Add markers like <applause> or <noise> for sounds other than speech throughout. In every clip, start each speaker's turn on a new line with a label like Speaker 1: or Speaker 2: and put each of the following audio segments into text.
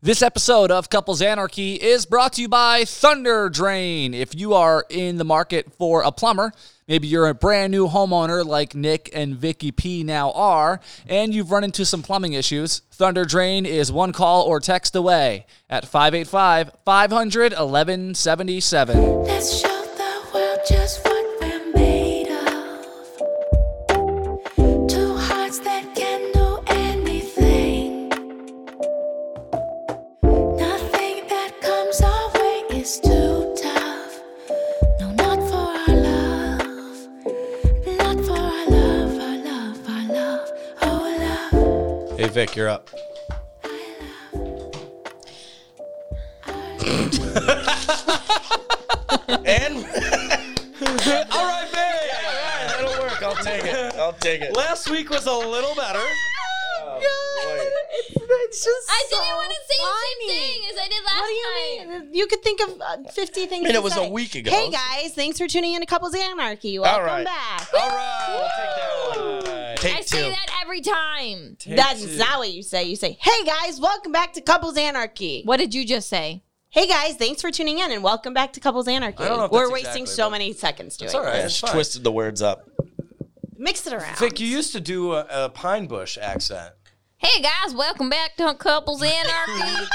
Speaker 1: This episode of Couples Anarchy is brought to you by Thunder Drain. If you are in the market for a plumber, maybe you're a brand new homeowner like Nick and Vicky P now are, and you've run into some plumbing issues, Thunder Drain is one call or text away at 585 500 1177.
Speaker 2: Let's show the world just what we're made of. Two hearts that can do anything. Nothing that comes our way is too tough. No, not for our love. Not for our love, our love, our love, oh love.
Speaker 3: Hey Vic, you're up. and all
Speaker 4: right, Mary.
Speaker 3: right, that'll work. I'll take it. I'll take it.
Speaker 4: Last week was a little better.
Speaker 3: Oh,
Speaker 5: I didn't want to say the same thing as I did last
Speaker 6: What do you
Speaker 5: time.
Speaker 6: mean? You could think of uh, 50 things.
Speaker 3: mean, it
Speaker 6: to
Speaker 3: was a
Speaker 6: say.
Speaker 3: week ago,
Speaker 6: Hey
Speaker 3: so-
Speaker 6: guys, thanks for tuning in to Couples Anarchy. Welcome
Speaker 3: right.
Speaker 6: back.
Speaker 3: boy. all right, we'll take that one. Take
Speaker 5: I
Speaker 3: two.
Speaker 5: say that every time.
Speaker 6: That's not what you say. You say, "Hey guys, welcome back to Couples Anarchy."
Speaker 5: What did you just say?
Speaker 6: Hey guys, thanks for tuning in and welcome back to Couples Anarchy.
Speaker 4: I don't know if
Speaker 6: We're
Speaker 4: that's
Speaker 6: wasting
Speaker 4: exactly,
Speaker 6: so
Speaker 4: but-
Speaker 6: many seconds doing.
Speaker 4: It's all
Speaker 6: it.
Speaker 4: right.
Speaker 3: Yeah,
Speaker 4: It's
Speaker 3: she
Speaker 4: fine.
Speaker 3: twisted the words up.
Speaker 6: Mix it around.
Speaker 4: Vic, you used to do a, a Pine Bush accent.
Speaker 5: Hey guys, welcome back to Couples Anarchy.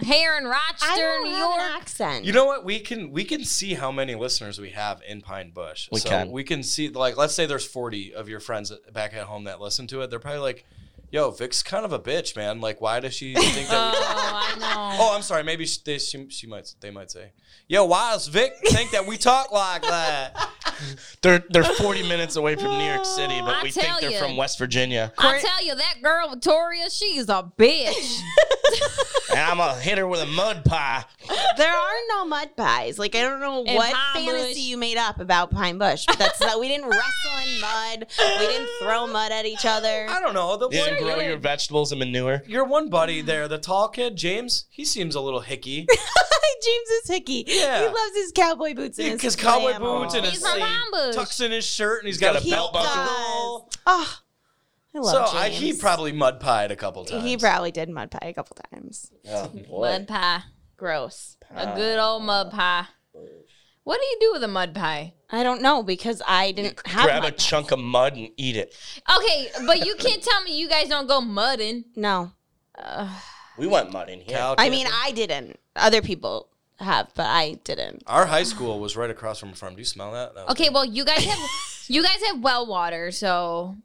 Speaker 5: Here in
Speaker 6: I
Speaker 5: Rochester,
Speaker 6: don't
Speaker 5: New
Speaker 6: have an
Speaker 5: York.
Speaker 6: accent.
Speaker 4: You know what? We can we can see how many listeners we have in Pine Bush.
Speaker 3: We
Speaker 4: so
Speaker 3: can.
Speaker 4: we can see like let's say there's 40 of your friends back at home that listen to it. They're probably like, "Yo, Vic's kind of a bitch, man. Like, why does she think that?"
Speaker 5: <laughs>
Speaker 4: we talk-"
Speaker 5: Oh, I know.
Speaker 4: Oh, I'm sorry. Maybe she, they, she, she might they might say, "Yo, why does Vic think that we talk like
Speaker 5: <laughs>
Speaker 4: that?"
Speaker 3: They're they're 40 minutes away from New York City, but
Speaker 5: I
Speaker 3: we think
Speaker 5: tell
Speaker 3: they're
Speaker 5: ya.
Speaker 3: from West Virginia.
Speaker 5: I'll tell you, that girl Victoria, she's a bitch.
Speaker 3: and I'm gonna hit her with a mud pie.
Speaker 6: there are no mud pies. Like I don't know
Speaker 5: And
Speaker 6: what
Speaker 5: Pine
Speaker 6: fantasy
Speaker 5: Bush.
Speaker 6: you made up about Pine Bush. But that's not, we didn't wrestle in mud. We didn't throw mud at each other.
Speaker 4: <laughs> I don't know. The
Speaker 3: You
Speaker 4: one
Speaker 3: didn't grow your vegetables and manure.
Speaker 4: your one buddy there, the tall kid, James, he seems a little hicky.
Speaker 6: <laughs> James is hicky.
Speaker 4: Yeah.
Speaker 6: He loves his cowboy boots. and his
Speaker 4: Because cowboy
Speaker 6: flannel.
Speaker 4: boots and his
Speaker 5: He's from Palm Beach.
Speaker 4: tucks in his shirt and he's got a
Speaker 3: He
Speaker 4: belt
Speaker 6: does.
Speaker 4: buckle.
Speaker 6: Oh, I love
Speaker 4: So
Speaker 6: James.
Speaker 4: I, he probably mud pied a couple times.
Speaker 6: he probably did mud pie a couple times.
Speaker 3: Oh,
Speaker 5: mud pie.
Speaker 6: Gross.
Speaker 5: A good old mud pie. What do you do with a mud pie?
Speaker 6: I don't know because I didn't have
Speaker 3: Grab a
Speaker 6: mud pie.
Speaker 3: chunk of mud and eat it.
Speaker 5: Okay, but you can't tell me you guys don't go mudding.
Speaker 6: No,
Speaker 3: We want mud in here.
Speaker 4: Cow
Speaker 6: I
Speaker 4: kid.
Speaker 6: mean I didn't. Other people have, but I didn't.
Speaker 4: our high school was right across from a farm. Do you smell that? That was-
Speaker 5: Okay, well you guys have you guys have well water, so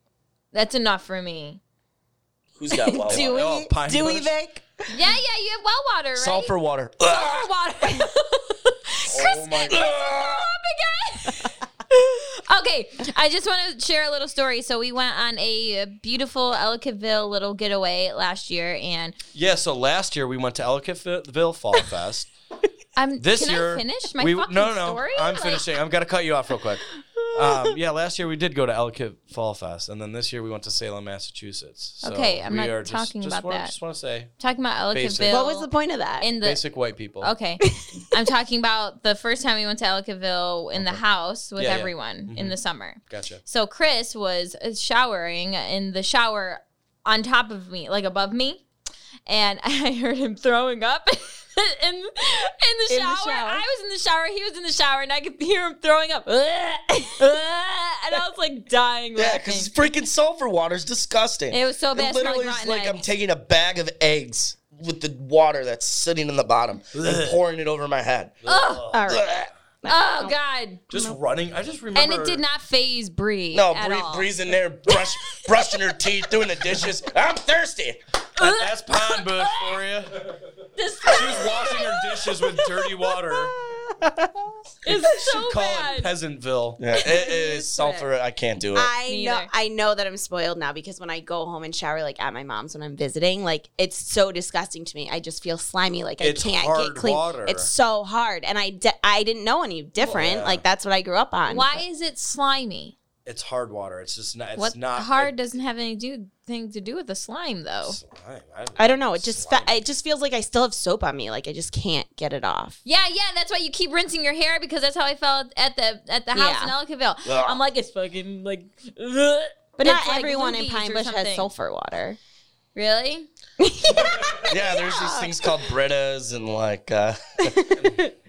Speaker 5: that's enough for me.
Speaker 3: Who's <laughs> got well
Speaker 6: Do
Speaker 3: water?
Speaker 6: we?
Speaker 4: oh, Pine
Speaker 6: do we,
Speaker 4: Bush?
Speaker 6: Vic?
Speaker 5: Yeah, yeah, you have well water, right?
Speaker 3: Sulfur water.
Speaker 4: <laughs> Oh
Speaker 5: Sulfur water. <laughs> Chris,
Speaker 3: my
Speaker 5: Chris, grow up again. <laughs> okay, I just want to share a little story. So we went on a beautiful Ellicottville little getaway last year, and
Speaker 4: Yeah. So last year we went to Ellicottville Fall Fest.
Speaker 5: I'm
Speaker 4: This
Speaker 5: can
Speaker 4: year
Speaker 5: I finish my
Speaker 4: we
Speaker 5: fucking
Speaker 4: no no no.
Speaker 5: story.
Speaker 4: I'm
Speaker 5: Like,
Speaker 4: finishing. I'm gonna cut you off real
Speaker 5: <laughs>
Speaker 4: quick. Um, yeah, last year we did go to Ellicott Fall Fest, and then this year we went to Salem, Massachusetts. So
Speaker 5: Okay, I'm
Speaker 4: we
Speaker 5: not
Speaker 4: are just-
Speaker 5: talking
Speaker 4: just
Speaker 5: about
Speaker 4: wanna-
Speaker 5: that.
Speaker 4: Just want to say,
Speaker 5: talking about
Speaker 4: Basic.
Speaker 5: Ellicottville.
Speaker 6: What was the point of that?
Speaker 5: in the
Speaker 4: basic white people.
Speaker 5: Okay. I'm talking about the first time we went to Ellicottville in the house
Speaker 4: Uh-huh.
Speaker 5: with
Speaker 4: Yeah, Mm-hmm. yeah.
Speaker 5: everyone in the summer.
Speaker 4: Gotcha.
Speaker 5: So Chris was uh, showering in the shower on top of me, like above me. And <laughs> I heard him throwing up <laughs> in, in, the,
Speaker 6: In the
Speaker 5: shower.
Speaker 6: shower.
Speaker 5: I was in the shower. He was in the shower, and I could hear him throwing up. <laughs> and I was like dying
Speaker 3: Yeah,
Speaker 5: laughing. <laughs>
Speaker 3: because freaking sulfur water is disgusting.
Speaker 5: It was so bad,
Speaker 3: It
Speaker 5: it smelled
Speaker 3: literally
Speaker 5: like
Speaker 3: is
Speaker 5: rotten
Speaker 3: like I'm
Speaker 5: eggs.
Speaker 3: taking a bag of eggs with the water that's sitting in the bottom and pouring it over my head.
Speaker 6: All right.
Speaker 5: oh God!
Speaker 4: Just running. I just
Speaker 5: And
Speaker 4: remember.
Speaker 5: it did not phase Bree.
Speaker 3: No,
Speaker 5: at
Speaker 3: Bree,
Speaker 5: all.
Speaker 3: Bree's in there brush, brushing her teeth, doing the dishes. I'm thirsty.
Speaker 4: That's Pine Bush for you.
Speaker 5: This
Speaker 4: She was washing her dishes with dirty
Speaker 5: <laughs>
Speaker 4: water.
Speaker 5: is
Speaker 4: <laughs>
Speaker 5: so
Speaker 4: Call
Speaker 5: bad.
Speaker 4: it Peasantville.
Speaker 5: <laughs>
Speaker 3: Yeah, it- it is sulfur. I can't do it.
Speaker 6: I
Speaker 5: Me
Speaker 6: know
Speaker 5: either.
Speaker 6: I know that I'm spoiled now because when I go home and shower like at my mom's when I'm visiting, like it's so disgusting to me. I just feel slimy, like
Speaker 4: It's
Speaker 6: I can't
Speaker 4: hard
Speaker 6: get clean.
Speaker 4: water.
Speaker 6: It's so hard, and I de- I didn't know any different. Like that's what I grew up on.
Speaker 5: Why is it slimy?
Speaker 4: It's hard water. It's just not. It's
Speaker 5: What
Speaker 4: not
Speaker 5: hard doesn't have any do thing to do with the slime though.
Speaker 4: I,
Speaker 6: I don't know. It just fe- it just feels like I still have soap on me. Like I just can't get it off.
Speaker 5: Yeah, yeah, that's why you keep rinsing your hair because that's how I felt at the at the
Speaker 6: Yeah.
Speaker 5: house in Ellicottville.
Speaker 3: Ugh.
Speaker 5: I'm like it's fucking like
Speaker 6: But
Speaker 5: It's
Speaker 6: not
Speaker 5: like
Speaker 6: everyone in
Speaker 5: loogies
Speaker 6: Pine
Speaker 5: or
Speaker 6: Bush
Speaker 5: something.
Speaker 6: has sulfur water.
Speaker 5: Really?
Speaker 4: yeah, there's
Speaker 3: These things called Britas and like uh,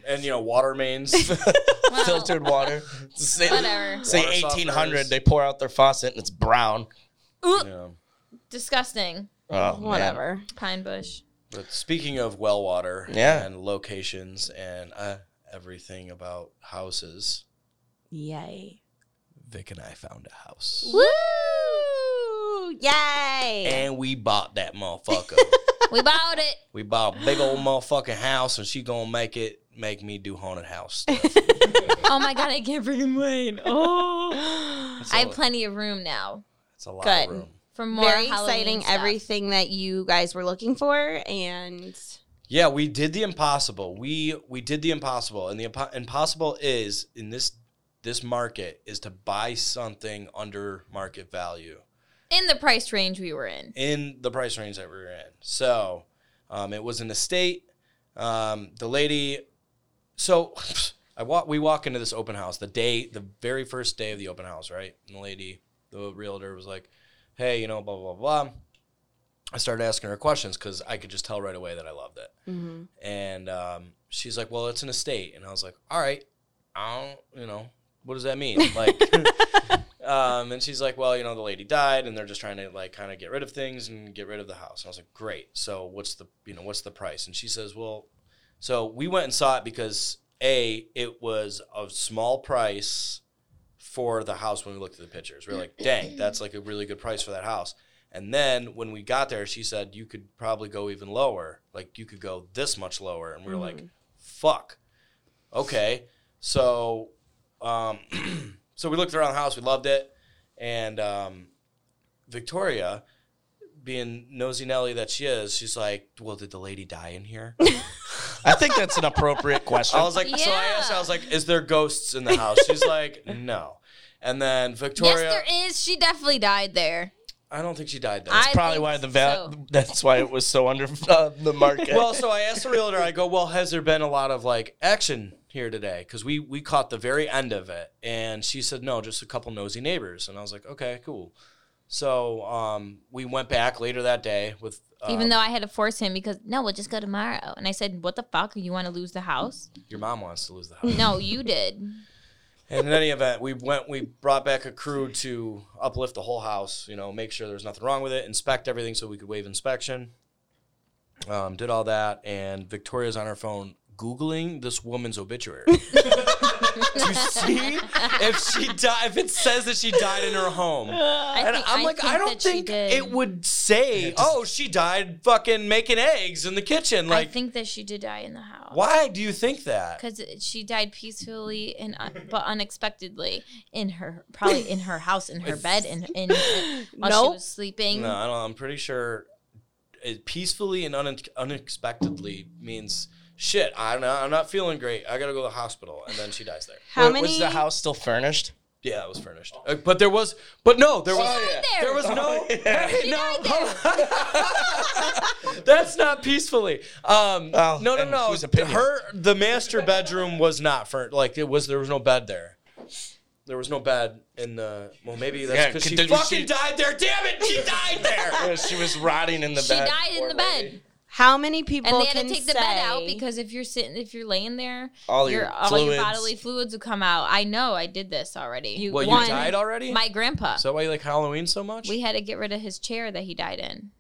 Speaker 4: and you know water mains,
Speaker 5: <laughs>
Speaker 4: <laughs>
Speaker 5: Wow.
Speaker 3: filtered water. Say,
Speaker 5: Whatever.
Speaker 3: say
Speaker 4: Water
Speaker 3: 1800,
Speaker 4: softeners.
Speaker 3: they pour out their faucet and it's brown.
Speaker 5: Ooh,
Speaker 4: Yeah.
Speaker 5: Disgusting.
Speaker 3: Oh, Man.
Speaker 6: Whatever. <laughs>
Speaker 5: Pine bush.
Speaker 4: But speaking of well water
Speaker 3: Yeah.
Speaker 4: and locations and uh, everything about houses,
Speaker 6: Yay.
Speaker 4: Vic and I found a house.
Speaker 6: Woo! Yay!
Speaker 4: And we bought that motherfucker.
Speaker 5: We bought it.
Speaker 4: we bought a big old motherfucking house and she gonna make it make me do haunted house stuff.
Speaker 5: Oh my god, I can't freaking wait.
Speaker 6: <laughs>
Speaker 5: Oh, I have plenty of room now
Speaker 4: It's a lot
Speaker 6: Good.
Speaker 4: of room.
Speaker 5: for more
Speaker 6: Very
Speaker 5: Halloween
Speaker 6: exciting.
Speaker 5: stuff.
Speaker 6: Everything that you guys were looking for, and
Speaker 4: Yeah, we did the impossible. We we did the impossible, and the impo- impossible is in this this market is to buy something under market value
Speaker 5: in the price range we were in.
Speaker 4: in the price range that we were in. So, um, it was an estate. Um, the lady, so <laughs> I walk. We walk into this open house the day, the very first day of the open house, right? And the lady, the realtor, was like, "Hey, you know, blah blah blah." I started asking her questions because I could just tell right away that I loved it.
Speaker 5: Mm-hmm.
Speaker 4: And um, she's like, "Well, it's an estate," and I was like, "All right, I don't, you know, what does that mean?" Like, <laughs> um, and she's like, "Well, you know, the lady died, and they're just trying to like kind of get rid of things and get rid of the house." And I was like, "Great. So what's the, you know, what's the price?" And she says, "Well, so we went and saw it because a it was a small price." for the house when we looked at the pictures. We are like, dang, that's like a really good price for that house. And then when we got there, she said you could probably go even lower. Like you could go this much lower. And we were like, fuck. Okay. So um <clears throat> so we looked around the house, we loved it. And um Victoria, being nosy Nelly that she is, she's like, Well, did the lady die in
Speaker 5: <laughs>
Speaker 4: here?
Speaker 3: I think that's an appropriate
Speaker 4: <laughs>
Speaker 3: question.
Speaker 4: I was like, so I asked, I was like, is there ghosts in the house? She's like, no. And then Victoria,
Speaker 5: Yes, there is. She definitely died there.
Speaker 4: I don't think she died there.
Speaker 5: I
Speaker 3: Probably
Speaker 5: think
Speaker 3: why the val-
Speaker 5: so.
Speaker 3: that's why it was so under uh, the market.
Speaker 4: well, so I asked the realtor, I go, well, has there been a lot of like action here today? Because we we caught the very end of it, and she said no, just a couple nosy neighbors, and I was like, okay, cool. So um, we went back later that day with um,
Speaker 5: Even though I had to force him because no, we'll just go tomorrow. And I said, "What the fuck? You want to lose the house?
Speaker 4: your mom wants to lose the house.
Speaker 5: No, you did.
Speaker 4: <laughs> And in any event, we went, we brought back a crew to uplift the whole house, you know, make sure there's nothing wrong with it, inspect everything so we could waive inspection. Um, did all that, and Victoria's on her phone Googling this woman's obituary <laughs> to see if she died, if it says that she died in her home.
Speaker 5: I
Speaker 4: And
Speaker 5: think-
Speaker 4: I'm like, I
Speaker 5: that
Speaker 4: don't
Speaker 5: she
Speaker 4: think
Speaker 5: did.
Speaker 4: it would say, oh, she died fucking making eggs in the kitchen.
Speaker 5: I
Speaker 4: Like,
Speaker 5: think that she did die in the house.
Speaker 4: why do you think that?
Speaker 5: Because she died peacefully and un- but unexpectedly in her probably in her house in her bed in in while she
Speaker 6: Nope.
Speaker 5: was sleeping.
Speaker 4: No, I don't, I'm pretty sure it peacefully and un- unexpectedly means shit. I'm not, I'm not feeling great. I gotta go to the hospital, and then she dies there.
Speaker 6: how
Speaker 3: Wa-
Speaker 6: many?
Speaker 3: was the house
Speaker 5: <laughs>
Speaker 3: still furnished?
Speaker 4: Yeah, it was furnished, Uh, but there was, but no, there was,
Speaker 3: yeah.
Speaker 4: there was no, <laughs> hey,
Speaker 5: Oh, She
Speaker 4: no,
Speaker 5: died there.
Speaker 4: <laughs> that's not peacefully. Um,
Speaker 3: Well,
Speaker 4: no, no,
Speaker 3: and
Speaker 4: no.
Speaker 3: whose opinion?
Speaker 4: Her, the master bedroom was not furnished. Like it was, there was no bed there. There was no bed in the. Well, maybe that's
Speaker 3: Yeah,
Speaker 4: because she
Speaker 3: did she-
Speaker 4: fucking died there. Damn it, she died there.
Speaker 3: Yeah, she was rotting in the
Speaker 5: she
Speaker 3: bed.
Speaker 5: died in
Speaker 3: poor
Speaker 5: the
Speaker 3: lady.
Speaker 5: bed,
Speaker 6: How many people
Speaker 5: and they had
Speaker 6: can
Speaker 5: to take the bed out
Speaker 6: say-
Speaker 5: because if you're sitting, if you're laying there,
Speaker 3: All your
Speaker 5: all your
Speaker 3: fluids.
Speaker 5: bodily fluids will come out. I know, I did this already.
Speaker 6: You-
Speaker 4: Well,
Speaker 6: One.
Speaker 4: Oh, you died already.
Speaker 5: my grandpa,
Speaker 4: Is that why you like Halloween so much?
Speaker 5: we had to get rid of his chair that he died in.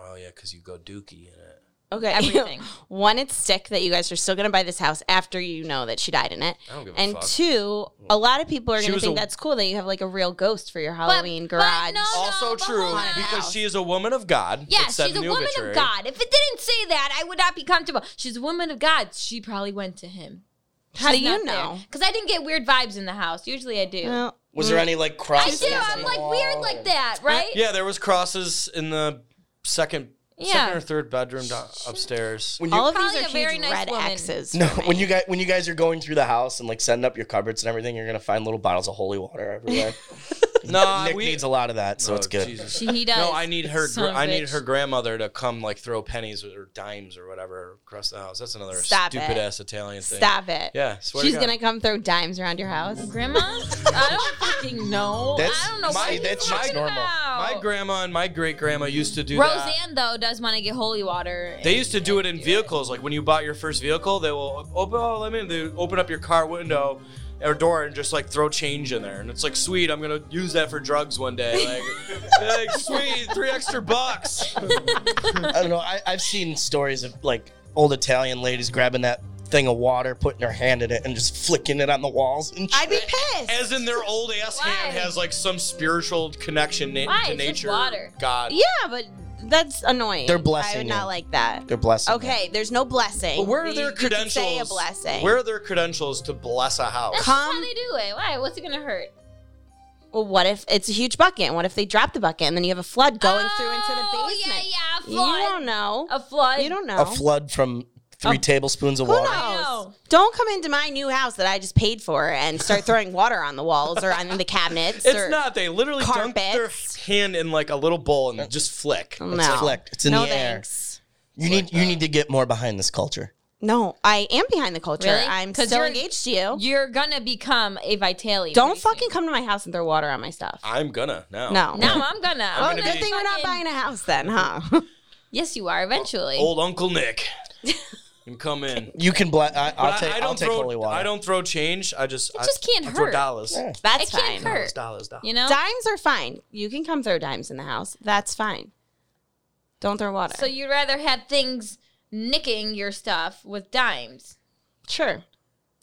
Speaker 4: oh yeah, because you go dookie in it.
Speaker 6: okay <laughs>
Speaker 5: Everything.
Speaker 6: One, it's sick that you guys are still going to buy this house after you know that she died in it.
Speaker 4: I don't give a
Speaker 6: and
Speaker 4: fuck.
Speaker 6: two, a lot of people are going to
Speaker 4: was
Speaker 6: think
Speaker 4: a-
Speaker 6: that's cool that you have like a real ghost for your
Speaker 5: But-
Speaker 6: Halloween
Speaker 5: but
Speaker 6: garage.
Speaker 5: no,
Speaker 4: also
Speaker 5: no, but
Speaker 4: true
Speaker 5: hold on.
Speaker 4: because she is a woman of God.
Speaker 5: Yeah,
Speaker 4: It said
Speaker 5: she's
Speaker 4: in
Speaker 5: a
Speaker 4: the
Speaker 5: woman
Speaker 4: obituary.
Speaker 5: of God. If it didn't say that, I would not be comfortable. She's a woman of God. She probably went to him.
Speaker 6: How do you know?
Speaker 5: Because I didn't get weird vibes in the house. Usually I do.
Speaker 6: Well,
Speaker 3: Was there any like
Speaker 5: I
Speaker 3: crosses?
Speaker 5: do. I'm like weird
Speaker 4: Oh.
Speaker 5: like that, right?
Speaker 4: <laughs> Yeah, there was crosses in the second,
Speaker 5: Yeah.
Speaker 4: second or third bedroom do- upstairs.
Speaker 3: When you,
Speaker 6: all of
Speaker 5: Probably
Speaker 6: these are
Speaker 5: a very
Speaker 6: huge
Speaker 5: nice
Speaker 6: red
Speaker 5: woman.
Speaker 6: X's.
Speaker 3: <laughs> no, when you guys when you guys are going through the house and like setting up your cupboards and everything, you're gonna find little bottles of holy water everywhere.
Speaker 4: no,
Speaker 3: Nick needs a lot of that, so
Speaker 4: Oh,
Speaker 3: it's good.
Speaker 4: Jesus.
Speaker 5: She, he does.
Speaker 4: No, I need her.
Speaker 5: Son
Speaker 4: Gr-
Speaker 5: of
Speaker 4: I
Speaker 5: a
Speaker 4: need
Speaker 5: bitch.
Speaker 4: her grandmother to come like throw pennies or dimes or whatever across the house. That's another
Speaker 6: Stop
Speaker 4: stupid
Speaker 6: it.
Speaker 4: ass Italian thing.
Speaker 6: <laughs> Stop it.
Speaker 4: Yeah, swear
Speaker 6: She's
Speaker 4: to God.
Speaker 6: going to come throw dimes around your house.
Speaker 4: <laughs>
Speaker 5: Grandma? I don't fucking know.
Speaker 3: That's-
Speaker 5: I don't know
Speaker 3: my-
Speaker 5: what you're
Speaker 3: that shit's
Speaker 5: talking
Speaker 3: normal.
Speaker 5: about.
Speaker 4: My grandma and my great grandma used to do that.
Speaker 5: Roseanne though does want to get holy water.
Speaker 4: They used to do it in vehicles. Like when you bought your first vehicle, they will open. Oh, let me. They open up your car window or door and just like throw change in there, and it's like, sweet, I'm gonna use that for drugs one day. Like, like sweet, three extra bucks.
Speaker 3: I don't know. I, I've seen stories of like old Italian ladies grabbing that thing of water, putting their hand in it, and just flicking it on the walls. And
Speaker 6: I'd be pissed.
Speaker 4: As in their old ass hand
Speaker 5: Why?
Speaker 4: has like some spiritual connection na-
Speaker 5: Why?
Speaker 4: to
Speaker 5: It's just
Speaker 4: nature,
Speaker 5: water.
Speaker 4: God.
Speaker 6: yeah, but that's annoying.
Speaker 3: They're blessing
Speaker 6: I would
Speaker 3: you.
Speaker 6: not like that.
Speaker 3: they're blessing.
Speaker 6: Okay, there's no blessing.
Speaker 4: But where are
Speaker 6: You-
Speaker 4: their
Speaker 6: you could
Speaker 4: credentials?
Speaker 6: Say a blessing.
Speaker 4: Where are their credentials to bless a house?
Speaker 5: That's
Speaker 6: Come-
Speaker 5: how they do it. Why? What's it gonna hurt?
Speaker 6: Well, what if it's a huge bucket? And what if they drop the bucket and then you have a flood going through into
Speaker 5: Oh,
Speaker 6: the basement?
Speaker 5: Yeah, yeah, a
Speaker 6: You
Speaker 5: flood.
Speaker 6: don't know.
Speaker 5: A flood.
Speaker 6: You don't know.
Speaker 3: A flood from three tablespoons of
Speaker 6: Who
Speaker 3: water.
Speaker 5: know.
Speaker 6: knows? Don't come into my new house that I just paid for and start throwing water on the walls or on the cabinets.
Speaker 4: It's
Speaker 6: or,
Speaker 4: not. They literally dunk their
Speaker 6: carpets. oh
Speaker 4: hand in like a little bowl and just flick.
Speaker 6: No.
Speaker 3: It's flicked. It's in
Speaker 6: no
Speaker 3: the air.
Speaker 6: thanks.
Speaker 3: You need you need to get more behind this culture.
Speaker 6: No, I am behind the culture.
Speaker 5: Really?
Speaker 6: I'm
Speaker 5: 'Cause
Speaker 6: still
Speaker 5: you're-
Speaker 6: engaged to you.
Speaker 5: You're gonna become a Vitaly.
Speaker 6: Don't
Speaker 5: pretty soon.
Speaker 6: fucking come to my house and throw water on my stuff.
Speaker 4: I'm gonna now.
Speaker 6: No.
Speaker 5: No, I'm gonna. I'm
Speaker 6: Oh,
Speaker 5: gonna
Speaker 6: good
Speaker 5: be-
Speaker 6: thing we're not
Speaker 5: fucking-
Speaker 6: buying a house then, huh?
Speaker 5: Yes, you are eventually.
Speaker 4: Old Uncle Nick can come in.
Speaker 3: You can bless. I, <laughs> I'll
Speaker 4: But
Speaker 3: take. I will take
Speaker 4: throw,
Speaker 3: holy water.
Speaker 4: I don't throw change. I just
Speaker 5: It just
Speaker 4: I,
Speaker 5: can't
Speaker 4: I throw
Speaker 5: hurt.
Speaker 4: dollars.
Speaker 3: Yeah.
Speaker 6: <laughs> That's
Speaker 5: it can't
Speaker 6: fine.
Speaker 5: hurt.
Speaker 4: Dollars, dollars.
Speaker 5: You know.
Speaker 6: Dimes are fine. You can come throw dimes in the house. That's fine. Don't throw water.
Speaker 5: So you'd rather have things nicking your stuff with dimes.
Speaker 6: sure.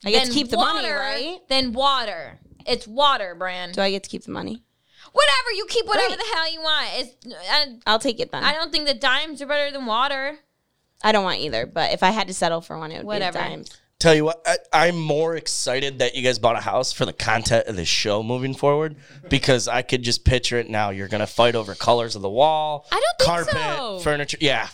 Speaker 6: I get to
Speaker 5: than
Speaker 6: keep the money,
Speaker 5: water-
Speaker 6: right?
Speaker 5: Than water. It's water, Brand.
Speaker 6: Do I get to keep the money?
Speaker 5: whatever you keep, whatever
Speaker 6: Right.
Speaker 5: the hell you want. It's. I,
Speaker 6: I'll take it then.
Speaker 5: I don't think the dimes are better than water.
Speaker 6: I don't want either, but if I had to settle for one, it would
Speaker 5: Whatever.
Speaker 6: be a dime.
Speaker 3: Tell you what, I, I'm more excited that you guys bought a house for the content of this show moving forward because I could just picture it now. You're gonna fight over colors of the wall,
Speaker 5: I don't think
Speaker 3: carpet,
Speaker 5: so.
Speaker 3: furniture. Yeah,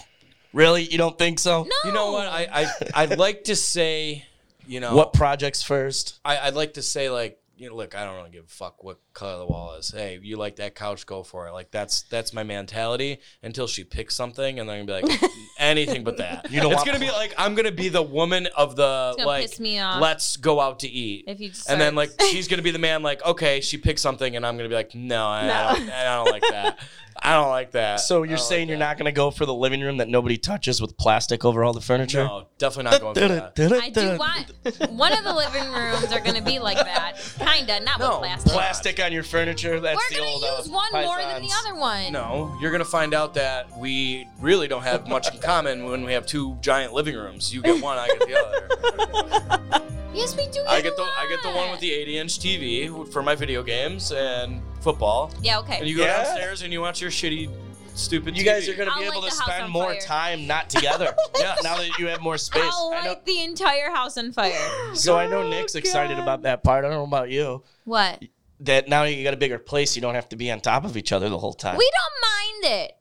Speaker 3: really? You don't think so?
Speaker 5: No.
Speaker 4: You know what? I I I'd like to say, you know,
Speaker 3: What projects first?
Speaker 4: I, I'd like to say like. You know, look, I don't really give a fuck what color the wall is. Hey, you like that couch? Go for it. Like that's that's my mentality until she picks something, and then I'm gonna be
Speaker 5: <laughs>
Speaker 4: like, anything but that.
Speaker 3: You don't
Speaker 4: it's
Speaker 3: want-
Speaker 4: gonna be like I'm gonna be the woman of the
Speaker 5: gonna
Speaker 4: like.
Speaker 5: piss me off.
Speaker 4: Let's go out to eat.
Speaker 5: If you
Speaker 4: and
Speaker 5: start-
Speaker 4: then like
Speaker 5: <laughs>
Speaker 4: she's gonna be the man. Like okay, she picks something, and I'm gonna be like, no, I, I, don't, I don't like that. I oh, don't like that.
Speaker 3: So you're saying you're not gonna go for the living room that nobody touches with plastic over all the furniture?
Speaker 4: No, definitely not
Speaker 3: <laughs>
Speaker 4: going for that.
Speaker 5: I do want <laughs> one of the living rooms are going to be like that, kinda, not with plastic.
Speaker 3: Plastic on your furniture. That's
Speaker 5: We're
Speaker 3: the
Speaker 5: going
Speaker 3: old.
Speaker 5: to
Speaker 3: uh,
Speaker 5: use one more than the
Speaker 3: Pisons.
Speaker 5: other one.
Speaker 4: No, you're gonna find out that we really don't have much in common when we have two giant living rooms. You get one, I get the other.
Speaker 5: Yes, we do.
Speaker 4: I get the I get the one with the 80 inch TV for my video games and football.
Speaker 5: Yeah. Okay.
Speaker 4: And you go
Speaker 3: Yeah.
Speaker 4: downstairs and you watch your shitty, stupid.
Speaker 3: You guys
Speaker 4: TV.
Speaker 3: are gonna be
Speaker 5: I'll
Speaker 3: able
Speaker 5: light
Speaker 3: to
Speaker 5: the house
Speaker 3: spend
Speaker 5: on
Speaker 3: more
Speaker 5: fire.
Speaker 3: time not
Speaker 5: <laughs>
Speaker 3: together.
Speaker 4: Yes.
Speaker 3: Now that you have more space.
Speaker 5: I'll
Speaker 3: I know-
Speaker 5: light the entire house
Speaker 4: <gasps>
Speaker 5: on fire.
Speaker 3: so I
Speaker 6: Oh,
Speaker 3: know Nick's excited about that part. I don't know about you.
Speaker 5: what?
Speaker 3: That now you got a bigger place. You don't have to be on top of each other the whole time.
Speaker 5: We don't mind it.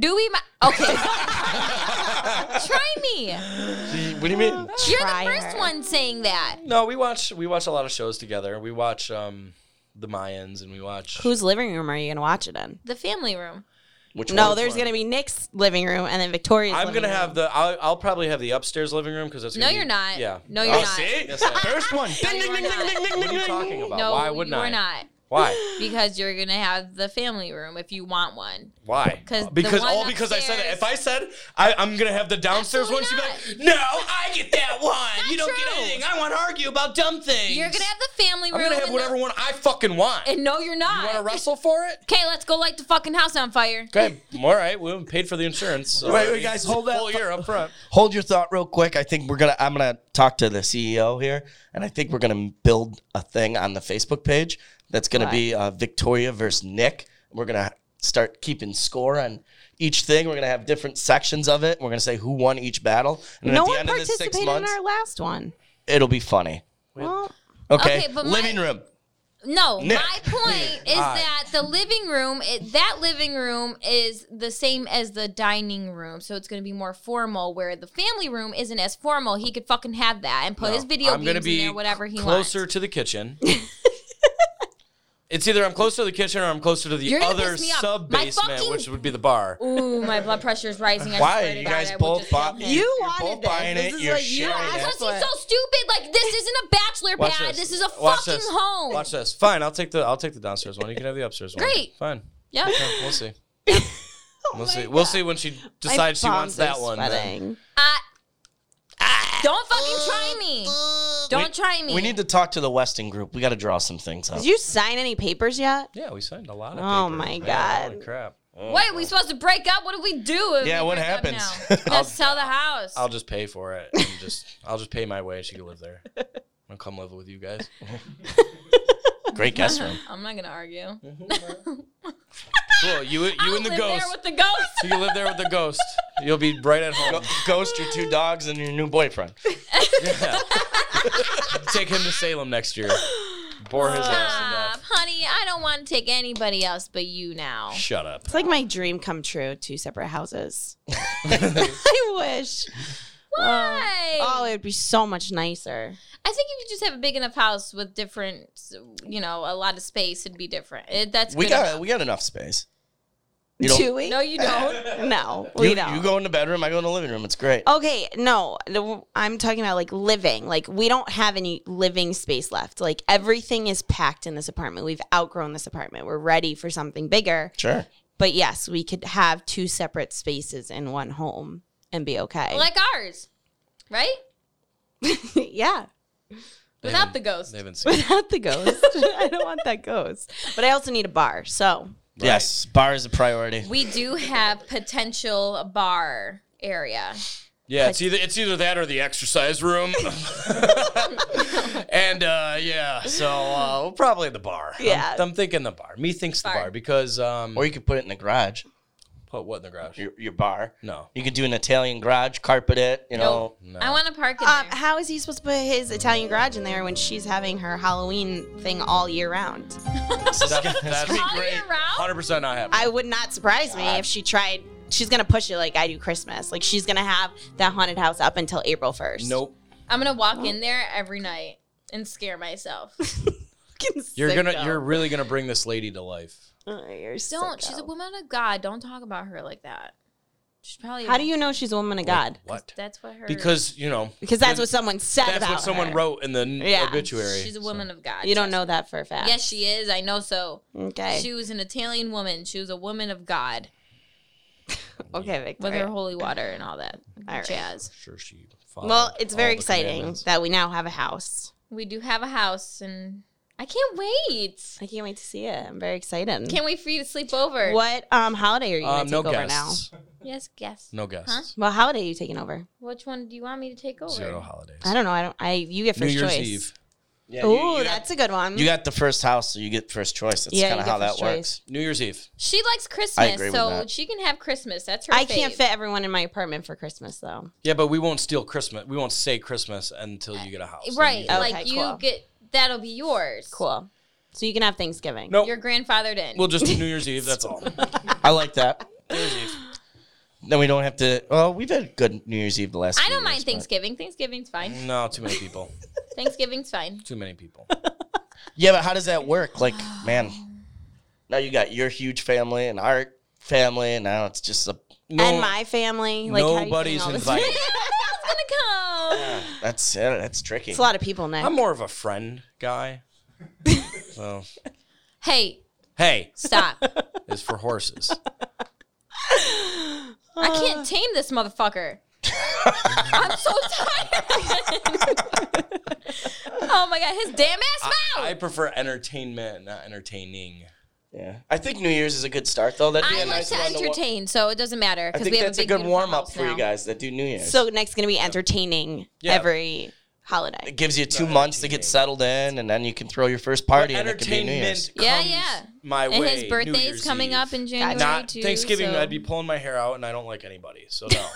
Speaker 5: Do we? Mi- okay. <laughs> Try me.
Speaker 3: what do you mean?
Speaker 5: You're
Speaker 6: Try
Speaker 5: the first
Speaker 6: her.
Speaker 5: one saying that.
Speaker 4: No, we watch we watch a lot of shows together. We watch um the Mayans and we watch.
Speaker 6: Whose living room are you going to watch it in?
Speaker 5: The family room.
Speaker 3: Which
Speaker 6: No,
Speaker 3: one?
Speaker 6: there's going to be Nick's living room and then Victoria's
Speaker 4: I'm
Speaker 6: living
Speaker 4: gonna
Speaker 6: room.
Speaker 4: have the I'll, I'll probably have the upstairs living room because that's
Speaker 5: No,
Speaker 4: gonna be-
Speaker 5: you're not.
Speaker 4: Yeah.
Speaker 5: No, you're
Speaker 3: Oh,
Speaker 5: not.
Speaker 3: see?
Speaker 4: Yes, I am.
Speaker 3: First one. Ding,
Speaker 5: you
Speaker 3: ding,
Speaker 5: are
Speaker 3: ding, ding,
Speaker 5: not.
Speaker 3: ding, ding,
Speaker 4: What are
Speaker 3: ding,
Speaker 4: you
Speaker 3: ding.
Speaker 4: talking about?
Speaker 5: No,
Speaker 4: Why wouldn't
Speaker 5: you're
Speaker 4: I?
Speaker 5: not.
Speaker 4: Why?
Speaker 5: Because you're gonna have the family room if you want one.
Speaker 4: Why?
Speaker 5: 'Cause the
Speaker 4: because
Speaker 5: one
Speaker 4: all because I said it.
Speaker 5: upstairs-
Speaker 4: If I said I, I'm gonna have the downstairs one, she'd be like,
Speaker 5: Absolutely
Speaker 4: "No, I get that one. you don't
Speaker 5: true.
Speaker 4: get anything. I want to argue about dumb things.
Speaker 5: You're gonna have the family
Speaker 4: I'm
Speaker 5: room.
Speaker 4: gonna have
Speaker 5: and
Speaker 4: whatever
Speaker 5: the-
Speaker 4: one I fucking want.
Speaker 5: And no, you're not.
Speaker 4: you want to wrestle for it?
Speaker 5: Okay, let's go light the fucking house on fire.
Speaker 4: Okay, all right. We haven't paid for the insurance. so-
Speaker 3: Wait, wait, guys, hold that
Speaker 4: Full year up
Speaker 5: <laughs>
Speaker 4: front.
Speaker 3: Hold your thought real quick. I think we're gonna. I'm gonna talk to the CEO here, and I think we're gonna build a thing on the Facebook page that's gonna be uh, Victoria versus Nick. We're gonna start keeping score on each thing. We're gonna have different sections of it. We're gonna say who won each battle, and
Speaker 6: No
Speaker 3: at the
Speaker 6: one
Speaker 3: end of the six
Speaker 6: participated in
Speaker 3: months,
Speaker 6: our last one.
Speaker 3: it'll be funny.
Speaker 6: Well,
Speaker 3: Okay,
Speaker 5: Okay, but my-
Speaker 3: living room.
Speaker 5: No,
Speaker 3: Nick.
Speaker 5: my
Speaker 3: <laughs>
Speaker 5: point is that the living room, it, that living room is the same as the dining room, so it's going to be more formal. Where the family room isn't as formal, he could fucking have that and put his video
Speaker 4: I'm gonna
Speaker 5: games
Speaker 4: be
Speaker 5: in there, whatever he
Speaker 4: closer
Speaker 5: wants.
Speaker 4: to the
Speaker 5: <laughs>
Speaker 4: kitchen. it's either I'm closer to the kitchen or I'm closer to the
Speaker 5: You're gonna
Speaker 4: other
Speaker 5: piss me off.
Speaker 4: sub
Speaker 5: My
Speaker 4: basement,
Speaker 5: fucking-
Speaker 4: which would be the bar.
Speaker 5: Ooh, my blood pressure is rising. I
Speaker 3: Why
Speaker 5: swear to
Speaker 3: you
Speaker 5: God,
Speaker 3: guys
Speaker 5: I would
Speaker 3: both
Speaker 5: just
Speaker 3: bought-
Speaker 5: kill him.
Speaker 3: You
Speaker 6: you
Speaker 3: wanted
Speaker 6: wanted
Speaker 3: this. This
Speaker 6: This
Speaker 3: is
Speaker 6: is
Speaker 3: what
Speaker 6: what
Speaker 3: you
Speaker 6: you
Speaker 3: asked
Speaker 5: Because he's so stupid. Like this isn't a bachelor
Speaker 4: Watch
Speaker 5: pad.
Speaker 4: this.
Speaker 5: This. is a
Speaker 4: Watch
Speaker 5: fucking
Speaker 4: this.
Speaker 5: home.
Speaker 4: Watch this. Fine, I'll take the I'll take the downstairs one. You can have the upstairs one.
Speaker 5: Great.
Speaker 4: Fine.
Speaker 5: Yeah.
Speaker 4: Yeah, we'll <laughs> see. we'll see. We'll see when she decides she wants that one. then.
Speaker 5: I, don't fucking try me. Don't try me.
Speaker 3: We need to talk to the Weston group. We got to draw some things up.
Speaker 6: Did you sign any papers yet?
Speaker 4: Yeah, we signed a lot of.
Speaker 6: Oh
Speaker 4: papers.
Speaker 6: my
Speaker 4: Yeah, holy
Speaker 6: God.
Speaker 4: crap!
Speaker 5: Wait, we supposed to break up? What do we do? If
Speaker 3: Yeah,
Speaker 5: we
Speaker 3: what
Speaker 5: break up
Speaker 3: happens? <laughs>
Speaker 5: now? <laughs> Let's sell the house.
Speaker 4: I'll just pay for it. <laughs> And just I'll just pay my way. She can live
Speaker 6: <laughs>
Speaker 4: there. I'll come live with you guys.
Speaker 3: Great guest room.
Speaker 5: I'm not gonna argue. You
Speaker 4: Cool. You you and the
Speaker 5: live
Speaker 4: ghost.
Speaker 5: there with
Speaker 4: <laughs>
Speaker 5: the ghost.
Speaker 4: you can live there with the ghost. You'll be right at <laughs> home.
Speaker 3: Ghost your two dogs and your new boyfriend.
Speaker 4: Yeah. Take him to Salem next year. Bore his ass to <laughs>
Speaker 5: Stop,
Speaker 4: death.
Speaker 5: honey. I don't want to take anybody else but you now.
Speaker 4: Shut up.
Speaker 6: It's like my dream come true, two separate
Speaker 3: <laughs>
Speaker 6: houses. <laughs> I wish.
Speaker 5: Why?
Speaker 6: Oh, it would be so much nicer.
Speaker 5: I think if you just have a big enough house with different, you know, a lot of space, it'd be different. It, that's
Speaker 3: We
Speaker 5: good
Speaker 3: got
Speaker 5: enough.
Speaker 3: we got enough space. You don't-
Speaker 6: Do we?
Speaker 5: No,
Speaker 4: <laughs>
Speaker 5: you don't.
Speaker 6: No, we
Speaker 3: you,
Speaker 6: don't. Oh.
Speaker 3: you go in the bedroom. I go in the living room. It's great.
Speaker 6: Okay, no, the- I'm talking about like living. Like we don't have any living space left. Like everything is packed in this apartment. We've outgrown this apartment. We're ready for something bigger.
Speaker 3: Sure.
Speaker 6: But yes, we could have two separate spaces in one home and be okay.
Speaker 5: like ours, right?
Speaker 6: <laughs> yeah. <laughs>
Speaker 5: Without the ghost.
Speaker 4: They haven't seen. it.
Speaker 6: Without the ghost. <laughs> I don't want that ghost. But I also need a bar. So
Speaker 3: Yes, bar is a priority.
Speaker 5: We do have potential bar area.
Speaker 4: Yeah, it's either it's either that or the exercise
Speaker 6: <laughs>
Speaker 4: room. and uh, yeah, so uh, we'll probably the bar. I'm-
Speaker 6: Yeah.
Speaker 4: I'm, thinking the bar. Me thinks the
Speaker 5: Bar.
Speaker 4: bar because um,
Speaker 3: or you could put it in the garage.
Speaker 4: put what in the garage?
Speaker 3: Your, your bar. <laughs>
Speaker 4: No,
Speaker 3: You could do an Italian garage, carpet it. You know.
Speaker 4: no.
Speaker 5: I want to park in
Speaker 6: um,
Speaker 5: there.
Speaker 6: how is he supposed to put his Italian garage in there when she's having her Halloween thing all year round?
Speaker 4: That- that'd be
Speaker 5: All year
Speaker 4: great.
Speaker 5: round?
Speaker 4: Hundred percent not happening.
Speaker 6: I would not surprise me if she tried. She's gonna push it like I do Christmas. Like she's gonna have that haunted house up until April first. <laughs>
Speaker 4: Nope.
Speaker 5: I'm gonna walk in there every night and scare myself.
Speaker 4: You're gonna you're really gonna bring this lady to life.
Speaker 6: Oh, you're
Speaker 5: Don't. She's a
Speaker 6: sicko.
Speaker 5: woman of God. Don't talk about her like that. She's probably.
Speaker 6: How do you know she's a woman of God?
Speaker 4: What?
Speaker 5: That's what her.
Speaker 4: Because you know
Speaker 6: Because that's what someone said
Speaker 4: that's
Speaker 6: about
Speaker 4: what someone
Speaker 6: her.
Speaker 4: wrote in the n-
Speaker 6: Yeah.
Speaker 4: obituary.
Speaker 5: she's a
Speaker 4: so.
Speaker 5: woman of God.
Speaker 6: You don't know that for a fact.
Speaker 5: Yes, she is. I know so.
Speaker 6: Okay.
Speaker 5: She was an Italian woman. She was a woman of God
Speaker 6: okay,
Speaker 5: with
Speaker 6: Victoria.
Speaker 5: her holy water and all that
Speaker 6: All right.
Speaker 5: jazz.
Speaker 4: Sure, she. followed
Speaker 6: well, it's
Speaker 4: all
Speaker 6: very
Speaker 4: the
Speaker 6: exciting
Speaker 4: commandments.
Speaker 6: that we now have a house.
Speaker 5: We do have a house, and I can't wait.
Speaker 6: I can't wait to see it. I'm very excited.
Speaker 5: Can't wait for you to sleep over.
Speaker 6: what um, holiday are you gonna
Speaker 4: Um,
Speaker 6: take
Speaker 4: no
Speaker 6: over
Speaker 4: guests.
Speaker 5: Yes, guess.
Speaker 4: No guests.
Speaker 6: now? Well, holiday are you taking over?
Speaker 5: Which one do you want me to take over?
Speaker 4: Zero holidays.
Speaker 6: I don't know. I don't. I you get
Speaker 4: New
Speaker 6: first
Speaker 4: Year's
Speaker 6: choice.
Speaker 4: Eve.
Speaker 3: Yeah, you-
Speaker 6: Ooh,
Speaker 3: you got-
Speaker 6: that's a good one.
Speaker 3: You got the first house, so you get first choice. That's
Speaker 6: Yeah,
Speaker 3: kind
Speaker 6: you
Speaker 3: of
Speaker 6: get
Speaker 3: how that
Speaker 6: first
Speaker 3: works.
Speaker 4: New Year's Eve.
Speaker 5: She likes
Speaker 3: I
Speaker 5: Christmas,
Speaker 3: agree with
Speaker 5: so
Speaker 3: that.
Speaker 5: she can have Christmas. That's her.
Speaker 6: I can't
Speaker 5: fave.
Speaker 6: fit everyone in my apartment for Christmas though.
Speaker 4: Yeah, but we won't steal Christmas. We won't say Christmas until you get a house.
Speaker 5: Right,
Speaker 6: Okay,
Speaker 5: like you
Speaker 6: cool.
Speaker 5: get that'll be yours.
Speaker 6: Cool. So you can have Thanksgiving.
Speaker 4: No,
Speaker 5: Your grandfathered in.
Speaker 4: we'll just do New
Speaker 6: <laughs>
Speaker 4: Year's Eve. That's all.
Speaker 3: I like that. then we don't have to. Well, we've had good New Year's Eve the last.
Speaker 5: I
Speaker 3: few
Speaker 5: don't mind
Speaker 3: years, but-
Speaker 5: Thanksgiving. Thanksgiving's fine.
Speaker 4: No, too many people.
Speaker 5: Thanksgiving's fine. <laughs>
Speaker 4: Too many
Speaker 6: <laughs>
Speaker 4: people.
Speaker 3: Yeah, but how does that work? Like, man, now you got your huge family and our family, and now it's just a.
Speaker 4: No,
Speaker 6: and my family, like how you
Speaker 4: nobody's
Speaker 6: doing all this?
Speaker 4: invited.
Speaker 6: <laughs>
Speaker 5: Everyone's gonna come.
Speaker 3: That's yeah, that's tricky.
Speaker 6: It's a lot of people now.
Speaker 4: I'm more of a friend guy. So,
Speaker 5: Hey,
Speaker 4: hey,
Speaker 5: stop!
Speaker 4: is for horses.
Speaker 5: I can't tame this motherfucker. I'm so tired. oh my god, his damn ass
Speaker 4: I
Speaker 5: mouth!
Speaker 4: prefer entertainment, not entertaining.
Speaker 3: Yeah, I think New Year's is a good start, though. That'd be
Speaker 5: I,
Speaker 3: a
Speaker 5: like
Speaker 3: nice
Speaker 5: to
Speaker 3: one. To wa-
Speaker 5: entertain, so it doesn't matter.
Speaker 3: I
Speaker 5: 'cause
Speaker 3: think
Speaker 5: we have
Speaker 3: that's a,
Speaker 5: big,
Speaker 3: good
Speaker 5: beautiful
Speaker 3: warm up
Speaker 5: house
Speaker 3: for you
Speaker 5: now.
Speaker 3: guys that do New Year's.
Speaker 6: so next gonna be entertaining
Speaker 4: Yeah.
Speaker 6: every holiday.
Speaker 3: it gives you two months to get settled in, and then you can throw your first party, and it can be New Year's.
Speaker 4: Entertainment.
Speaker 5: Yeah,
Speaker 4: comes
Speaker 5: yeah.
Speaker 4: My
Speaker 5: And
Speaker 4: way.
Speaker 5: his
Speaker 4: New
Speaker 5: birthday's
Speaker 4: Year's
Speaker 5: coming
Speaker 4: Eve.
Speaker 5: up in January
Speaker 4: Not
Speaker 5: too.
Speaker 4: Thanksgiving.
Speaker 5: so-
Speaker 4: I'd be pulling my hair out, and I don't like anybody. So
Speaker 6: <laughs>
Speaker 4: no.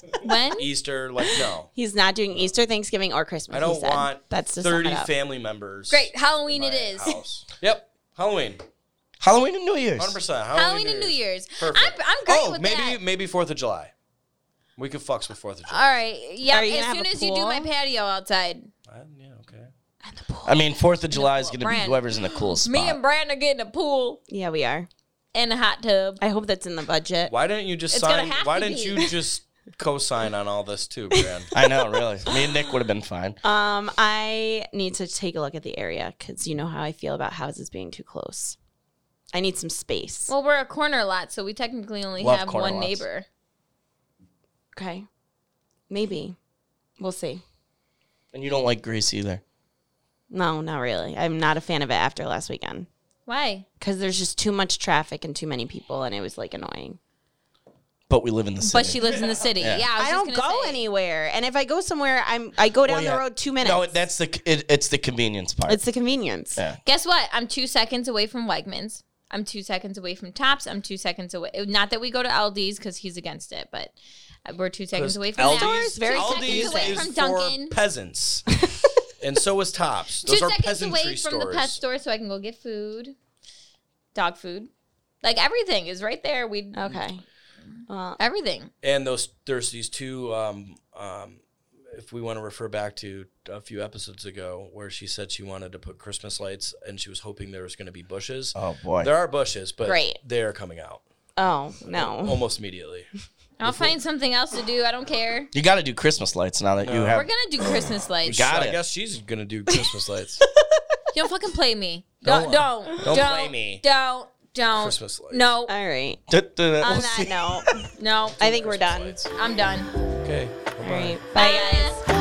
Speaker 5: <laughs> when?
Speaker 4: Easter, like no.
Speaker 6: He's not doing Easter, Thanksgiving, or Christmas.
Speaker 4: Uh, I
Speaker 6: he
Speaker 4: don't
Speaker 6: said.
Speaker 4: want
Speaker 6: that's to sum it
Speaker 4: thirty
Speaker 6: up.
Speaker 4: family members.
Speaker 5: Great
Speaker 4: in
Speaker 5: Halloween. It
Speaker 4: my
Speaker 5: is.
Speaker 4: house. <laughs> Yep. Halloween.
Speaker 3: Halloween and New Year's.
Speaker 4: Hundred percent.
Speaker 5: Halloween and New Year's.
Speaker 4: Perfect.
Speaker 5: I'm, I'm great
Speaker 4: oh,
Speaker 5: with
Speaker 4: maybe
Speaker 5: that.
Speaker 4: maybe Fourth of July. We could fucks with Fourth of July.
Speaker 5: All right. Yeah.
Speaker 6: Are you gonna
Speaker 5: As
Speaker 6: have
Speaker 5: soon
Speaker 6: a
Speaker 5: as you do my
Speaker 6: pool?
Speaker 5: patio outside,
Speaker 4: Uh, yeah, okay.
Speaker 3: I mean, Fourth of July is going to be
Speaker 5: Brand.
Speaker 3: whoever's in the coolest spot.
Speaker 5: me and Brandon are getting a pool
Speaker 6: Yeah, we are.
Speaker 5: and a hot tub.
Speaker 6: I hope that's in the budget.
Speaker 4: Why didn't you just
Speaker 5: It's gonna
Speaker 4: sign?
Speaker 5: have
Speaker 4: Why
Speaker 5: to
Speaker 4: didn't
Speaker 5: be. <laughs>
Speaker 4: you just co-sign on all this too, Bran?
Speaker 3: I know, really. Me and Nick would have been fine.
Speaker 6: Um, I need to take a look at the area because you know how I feel about houses being too close. I need some space.
Speaker 5: Well, we're a corner lot, so we technically only
Speaker 4: Love
Speaker 5: have
Speaker 4: corner
Speaker 5: one
Speaker 4: lots.
Speaker 5: neighbor.
Speaker 6: okay. Maybe. We'll see.
Speaker 3: And you don't like Greece either.
Speaker 6: No, not really. I'm not a fan of it after last weekend
Speaker 5: Why?
Speaker 6: because there's just too much traffic and too many people, and it was like annoying.
Speaker 3: But we live in the city.
Speaker 5: But she lives in the city. Yeah, I, was
Speaker 6: I,
Speaker 5: just
Speaker 6: don't
Speaker 5: gonna
Speaker 6: go
Speaker 5: say.
Speaker 6: anywhere, and if I go somewhere, I'm I go down
Speaker 3: Oh, yeah.
Speaker 6: the road two minutes.
Speaker 3: No, that's the it, it's the convenience part.
Speaker 6: it's the convenience.
Speaker 3: Yeah.
Speaker 5: Guess what? I'm two seconds away from Wegmans. I'm two seconds away from Tops. I'm two seconds away. Not that we go to Aldi's because he's against it, but we're two seconds away from that.
Speaker 6: Store is very
Speaker 5: seconds away from Dunkin'.
Speaker 4: for
Speaker 5: <laughs>
Speaker 4: peasants, and so is Tops.
Speaker 5: two
Speaker 4: Those are
Speaker 5: seconds
Speaker 4: peasantry
Speaker 5: away from
Speaker 4: stores.
Speaker 5: the pet store so I can go get food, dog food. Like everything is right there. We
Speaker 6: Okay. Well,
Speaker 5: everything.
Speaker 4: and those there's these two um, um, if we want to refer back to a few episodes ago where she said she wanted to put christmas lights and she was hoping there was going to be bushes
Speaker 3: Oh boy.
Speaker 4: there are bushes but
Speaker 6: Great.
Speaker 4: they're coming out
Speaker 6: oh no.
Speaker 4: almost immediately
Speaker 5: I'll find something else to do. I don't care.
Speaker 3: you got to do Christmas lights now that you
Speaker 5: We're
Speaker 3: have.
Speaker 5: gonna do Christmas lights.
Speaker 3: got-
Speaker 4: So
Speaker 3: it.
Speaker 4: i guess she's going to do christmas
Speaker 3: <laughs>
Speaker 4: lights
Speaker 5: Don't fucking play me. Don't don't
Speaker 4: don't
Speaker 5: don't,
Speaker 4: play me.
Speaker 5: Don't don't.
Speaker 4: Christmas lights.
Speaker 5: No
Speaker 3: Oh.
Speaker 6: All right.
Speaker 3: Duh, duh, duh.
Speaker 6: On
Speaker 3: We'll
Speaker 6: that
Speaker 3: see.
Speaker 6: note,
Speaker 5: no.
Speaker 6: I think we're done.
Speaker 5: I'm done.
Speaker 4: okay
Speaker 6: All right. Bye guys.
Speaker 2: Bye.